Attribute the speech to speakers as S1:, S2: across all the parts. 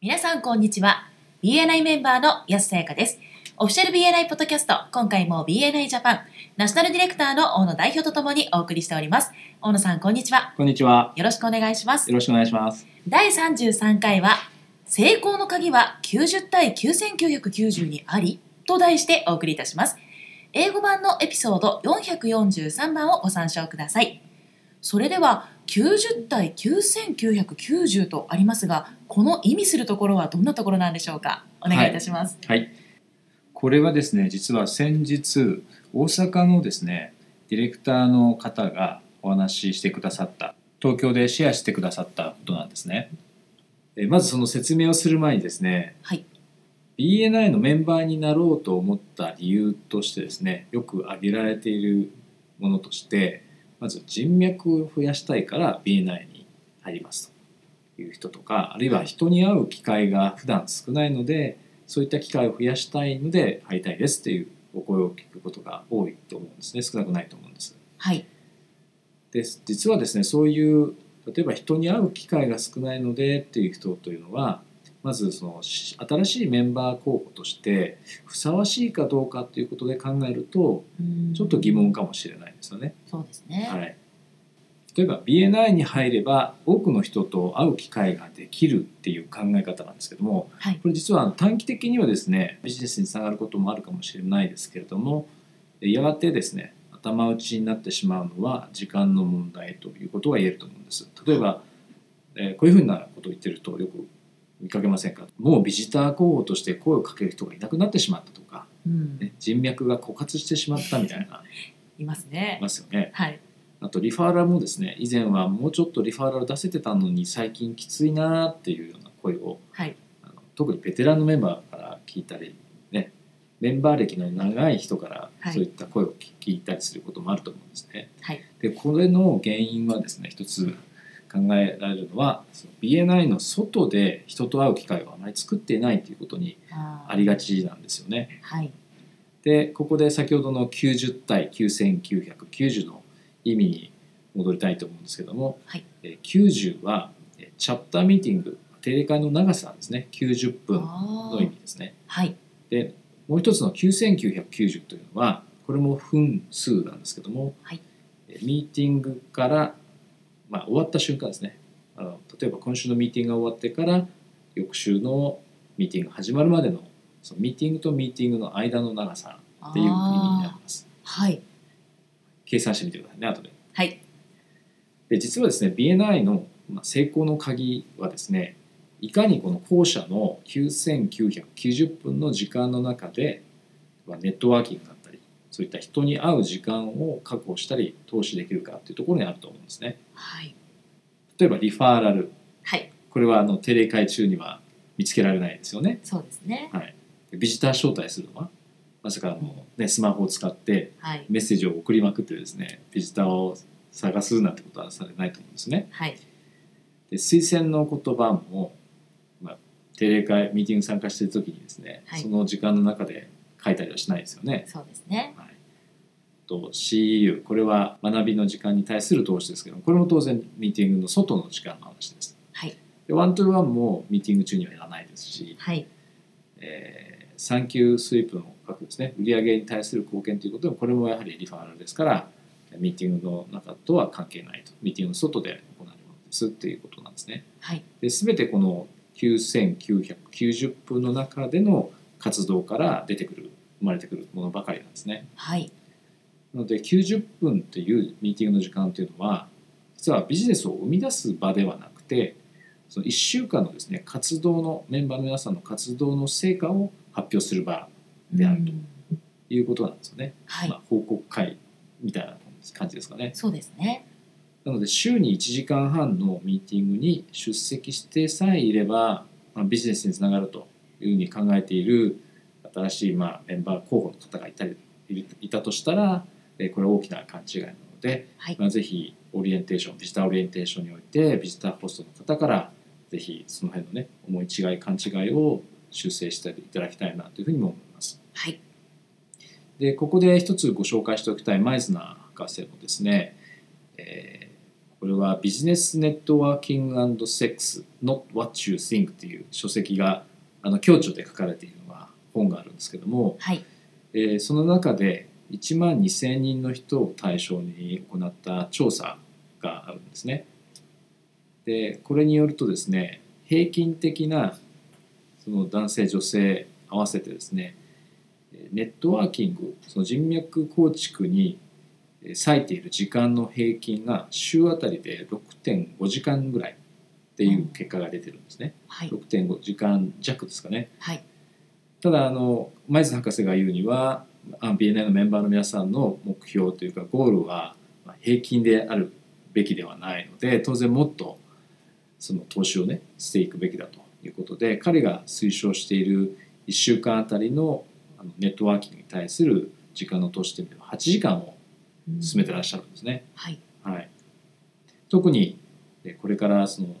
S1: 皆さんこんにちは BNI メンバーの安さやかですオフィシャル BNI ポッドキャスト今回も BNI ジャパンナショナルディレクターの大野代表とともにお送りしております大野さんこんにちは
S2: こんにちは。
S1: よろしくお願いします
S2: よろしくお願いします。
S1: 第33回は成功の鍵は90対9990にありと題してお送りいたします英語版のエピソード443番をご参照くださいそれでは90対9990とありますがこの意味するところはどんなところなんでしょうかお願いいたします、
S2: はい。これはですね、実は先日大阪のですね、ディレクターの方がお話ししてくださった、東京でシェアしてくださったことなんですね。えまずその説明をする前にですね、
S1: はい、
S2: BNI のメンバーになろうと思った理由としてですね、よく挙げられているものとして、まず人脈を増やしたいから BNI に入りますという人とか、あるいは人に会う機会が普段少ないので、そういった機会を増やしたいので入りたいですっていうお声を聞くことが多いと思うんですね少なくないと思うんです。
S1: はい、
S2: で実はですねそういう例えば人に会う機会が少ないのでっていう人というのはまずそのし新しいメンバー候補としてふさわしいかどうかということで考えると
S1: うん
S2: ちょっと疑問かもしれないですよね。
S1: そうですね、
S2: はい、例えば BNI に入れば多くの人と会う機会ができるっていう考え方なんですけども、
S1: はい
S2: これ実は短期的にはですねビジネスにつながることもあるかもしれないですけれどもやがてですね頭打ちになってしまうのは時間の問題ということが言えると思うんです。例えば、えーこういうふうなことを言ってるとよく見かけませんかもうビジター候補として声をかける人がいなくなってしまったとか、
S1: うん
S2: ね、人脈が枯渇してしまったみたいな
S1: いますね
S2: いますよね。
S1: はい
S2: あとリファーラルもですね以前はもうちょっとリファーラル出せてたのに最近きついなっていうような声を
S1: はい
S2: あの特にベテランのメンバーから聞いたり、ね、メンバー歴の長い人から
S1: はい
S2: そういった声を聞聞いたりすることもあると思うんですね。
S1: はい
S2: でこれの原因はですね一つ考えられるのはその BNI の外で人と会う機会をあまり作っていないということに
S1: あー
S2: ありがちなんですよね。
S1: はい
S2: でここで先ほどの90対9990の意味に戻りたいと思うんですけども、
S1: はい
S2: えー90はえーチャプターミーティング定例会の長さなんですね90分
S1: あ
S2: の意
S1: ー
S2: 味ですね
S1: はい
S2: でもう一つの9990というのはこれも分数なんですけども、
S1: はい
S2: えーミーティングから、まあ、終わった瞬間ですねあの例えば今週のミーティングが終わってから翌週のミーティングが始まるまでのそのミーティングとミーティングの間の長さっていう意味になり
S1: あー
S2: ます。
S1: はい
S2: 計算してみてくださいね、後で。
S1: はい
S2: で、実はですね、BNI のまあ成功の鍵はですね、いかにこの後者の9990分の時間の中で、まあネットワーキングだったり、そういった人に会う時間を確保したり、投資できるかっていうところにあると思うんですね。
S1: はい
S2: 例えば、リファーラル。
S1: はい
S2: これはあの定例会中には見つけられないですよね。
S1: そうですね
S2: はい。でビジター招待するのは、まさかあの、ね、スマホを使って
S1: はい
S2: メッセージを送りまくってですねビジターを探すなんてことはされないと思うんですね。
S1: はい
S2: で推薦の言葉も、まあ、定例会ミーティング参加してる時にですね、
S1: はい
S2: その時間の中で書いたりはしないですよね。
S1: そうですね
S2: はい、と CEU これは学びの時間に対する投資ですけどもこれも当然ミーティングの外の時間の話です。
S1: はい
S2: でワントゥーワンもミーティング中にはやらないですし、
S1: はい
S2: えー、産休スイープの額ですね売上に対する貢献ということでもこれもやはりリファーラルですからミーティングの中とは関係ないとミーティングの外で行われるものですっていうことなんですね
S1: はい
S2: で全てこの9990分の中での活動から出てくる生まれてくるものばかりなんですね
S1: はい
S2: なので90分というミーティングの時間というのは実はビジネスを生み出す場ではなくてその1週間のですね活動のメンバーの皆さんの活動の成果を発表する場であると
S1: うん
S2: いうことなんですよね、
S1: はい
S2: まあ、報告会みたいな感じですかね
S1: そうですね
S2: なので週に1時間半のミーティングに出席してさえいれば、まあ、ビジネスにつながるというふうに考えている新しい、まあ、メンバー候補の方がいたりいるいたとしたらえーこれは大きな勘違いなので、
S1: はい
S2: まあ、ぜひオリエンテーションビジターオリエンテーションにおいてビジターホストの方からぜひその辺のね思い違い勘違いを修正していただきたいなというふうにも思います。
S1: はい
S2: でここで一つご紹介しておきたいマイズナー博士のですね、えーこれはビジネスネットワーキング &Sex Not What You Think っていう書籍があの共著で書かれているのが本があるんですけども、
S1: はい
S2: えーその中で1万2,000人の人を対象に行った調査があるんですね。でこれによるとですね平均的なその男性女性合わせてですねえーネットワーキングその人脈構築にえー割いている時間の平均が週あたりで6.5時間ぐらいっていう結果が出てるんですね。
S1: はい
S2: 6.5時間弱ですかね。
S1: はい
S2: ただあの前津博士が言うにはあ BNI のメンバーの皆さんの目標というかゴールはまあ平均であるべきではないので当然もっとその投資をねしていくべきだということで彼が推奨している1週間あたりのあのネットワーキングに対する時間の投資というのは8時間を
S1: うん
S2: 進めてらっしゃるんですね。
S1: はい
S2: はい、特にえこれからその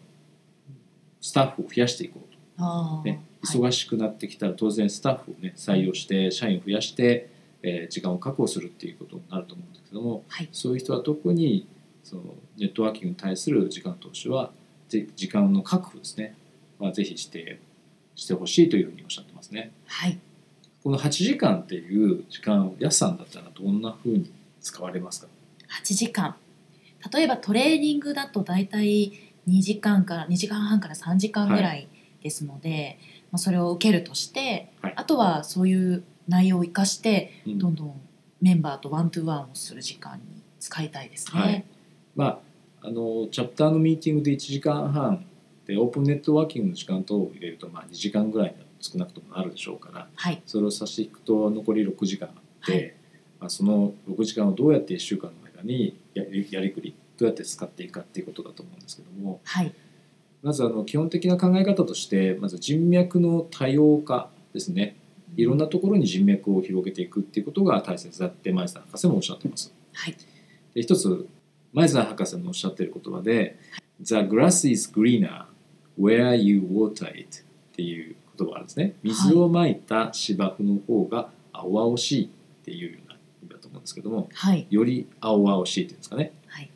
S2: スタッフを増やしていこうと。
S1: あー
S2: ね、
S1: はい
S2: 忙しくなってきたら当然スタッフを、ね、採用して社員を増やして、えー時間を確保するっていうことになると思うんですけども
S1: はい
S2: そういう人は特にそのネットワーキングに対する時間投資はぜ時間の確保ですねはぜひしてしてほしいというふうにおっしゃってますね。
S1: はい
S2: この8時間っていう時間を安さんだったらどんなふうに使われますか
S1: 8時間例えばトレーニングだと大体2時間から2時間半から3時間ぐらいですので、まあ、それを受けるとして、
S2: はい
S1: あとはそういう内容を生かして
S2: うん
S1: どんどんメンバーとワントゥーワンをする時間に使いたいですね。
S2: はいまあ、あのチャプターのミーティングで1時間半でオープンネットワーキングの時間等を入れると、まあ、2時間ぐらい少なくともなるでしょうから
S1: はい
S2: それを差し引くと残り6時間あって、
S1: はい
S2: まあ、その6時間をどうやって1週間の間にやりやりくりどうやって使っていくかっていうことだと思うんですけども
S1: はい
S2: まずあの基本的な考え方としてまず人脈の多様化ですねいろんなところに人脈を広げていくっていうことが大切だって前田博士もおっしゃってます。
S1: はい
S2: で一つ前澤博士のおっしゃってる言葉で「The grass is greener where you water it」っていう言葉があるんですね。水をまいた芝生の方が青々しいっていうような意味だと思うんですけども
S1: はい
S2: より青々しいっていうんですかね。
S1: はい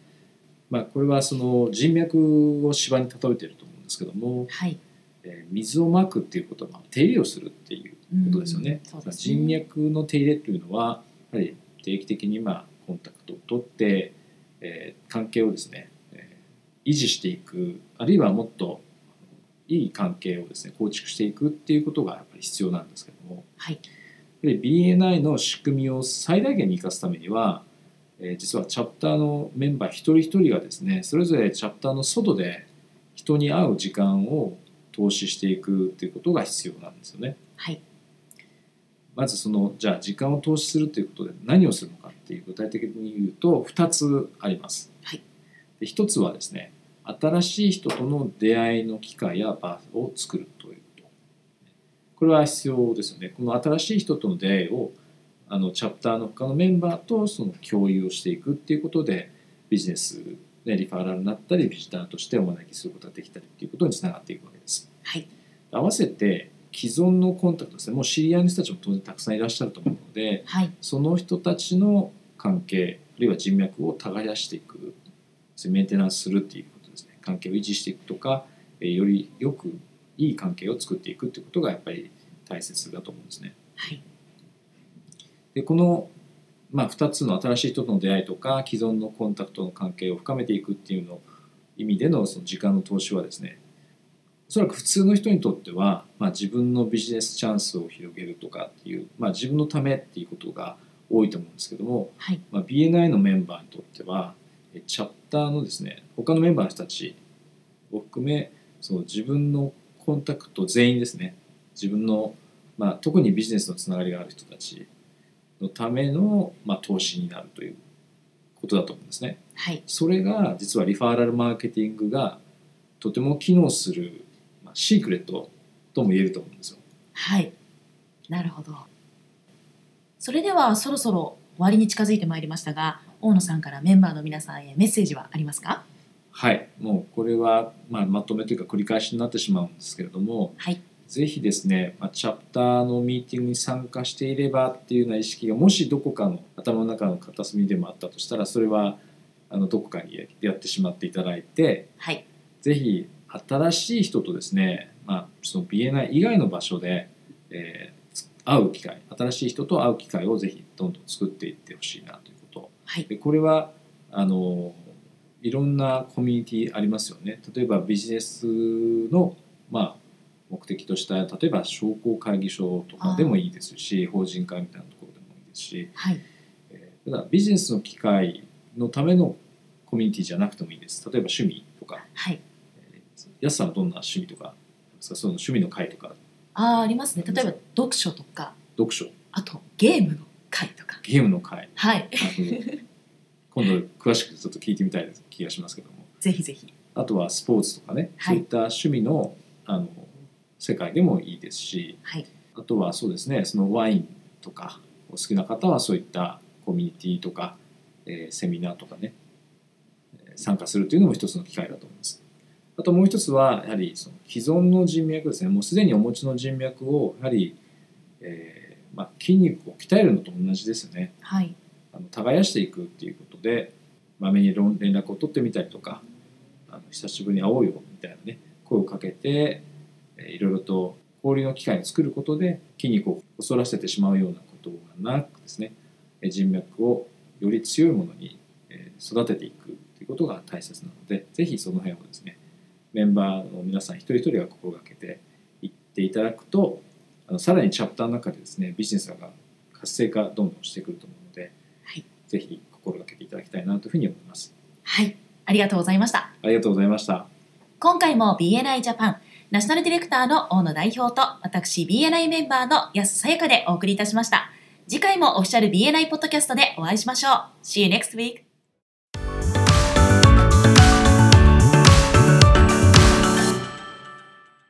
S2: まあ、これはその人脈を芝に例えてると思うんですけども、
S1: はい
S2: えー水をまくっていうことは手入れをするっていう
S1: うん
S2: ことですよね。
S1: そうですね
S2: 人脈の手入れというのはやはり定期的にまあコンタクトを取って、えー関係をですね、えー維持していくあるいはもっといい関係をですね構築していくっていうことがやっぱり必要なんですけども
S1: はい
S2: やはり BNI の仕組みを最大限に生かすためには、えー実はチャプターのメンバー一人一人がですねそれぞれチャプターの外で人に会う時間を投資していくっていうことが必要なんですよね。
S1: はい
S2: まずそのじゃあ時間を投資するということで何をするのかっていう具体的に言うと2つあります。
S1: はい
S2: で1つはですね新しい人との出会いの機会や場を作るということこれは必要ですよねこの新しい人との出会いをあのチャプターの他のメンバーとその共有をしていくっていうことでビジネス、ね、リファーラルになったりビジターとしてお招きすることができたりっていうことにつながっていくわけです。
S1: はい
S2: 合わせて既存のコンタクトですねもう知り合いの人たちも当然たくさんいらっしゃると思うので
S1: はい
S2: その人たちの関係あるいは人脈を耕していくメンテナンスするっていうことですね関係を維持していくとかえーよりよくいい関係を作っていくってことがやっぱり大切だと思うんですね。
S1: はい
S2: でこの、まあ、2つの新しい人との出会いとか既存のコンタクトの関係を深めていくっていうの意味でのその時間の投資はですねおそらく普通の人にとっては、まあ、自分のビジネスチャンスを広げるとかっていう、まあ、自分のためっていうことが多いと思うんですけども、
S1: はい
S2: まあ、BNI のメンバーにとってはえチャプターのですね他のメンバーの人たちを含めその自分のコンタクト全員ですね自分の、まあ、特にビジネスのつながりがある人たちのための、まあ、投資になるということだと思うんですね。
S1: はい
S2: それが実はリファーラルマーケティングがとても機能する、まあ、シークレットとも言えると思うんですよ。
S1: はいなるほどそれではそろそろ終わりに近づいてまいりましたが大野さんからメンバーの皆さんへメッセージはありますか
S2: はい、もうこれは、まあ、まとめというか繰り返しになってしまうんですけれども、
S1: はい
S2: ぜひですね、まあ、チャプターのミーティングに参加していればっていうような意識がもしどこかの頭の中の片隅でもあったとしたらそれはああのどこかにやってしまっていただいて
S1: はい
S2: ぜひ新しい人とですね、まあ、その BNI 以外の場所で、えー会う機会新しい人と会う機会をぜひどんどん作っていってほしいなということ
S1: はい
S2: でこれはあのいろんなコミュニティありますよね例えばビジネスの、まあ、目的とした例えば商工会議所とかでもいいですし法人会みたいなところでもいいですし
S1: はい
S2: えーただビジネスの機会のためのコミュニティじゃなくてもいいです例えば趣味とか、
S1: はい
S2: えーやすさんはどんな趣味とかありますかその趣味の会とか
S1: あーありますね例えば読書とか
S2: 読書
S1: あとゲームの会とか
S2: ゲームの会
S1: はい
S2: あの今度詳しくちょっと聞いてみたい気がしますけども
S1: ぜひぜひ
S2: あとはスポーツとかね、
S1: はい
S2: そういった趣味のあの世界でもいいですし
S1: はい
S2: あとはそうですねそのワインとかお好きな方はそういったコミュニティとか、えーセミナーとかねえー参加するというのも一つの機会だと思います。あともう一つはやはりその既存の人脈ですねもうすでにお持ちの人脈をやはり、えーまあ、筋肉を鍛えるのと同じですよね。
S1: はい
S2: あの耕していくっていうことでまめに連連絡を取ってみたりとかあの久しぶりに会おうよみたいなね声をかけてえーいろいろと交流の機会を作ることで筋肉を恐らせてしまうようなことがなくですねえー人脈をより強いものにえー育てていくということが大切なのでぜひその辺をですねメンバーの皆さん一人一人が心がけていっていただくとあのさらにチャプターの中でですねビジネスが活性化どんどんしてくると思うのでぜひ心がけていただきたいなというふうに思います。
S1: はいありがとうございました
S2: ありがとうございました。
S1: 今回も BNI ジャパンナショナルディレクターの大野代表と私 BNI メンバーの安さやかでお送りいたしました次回もオフィシャル BNI ポッドキャストでお会いしましょう See you next week!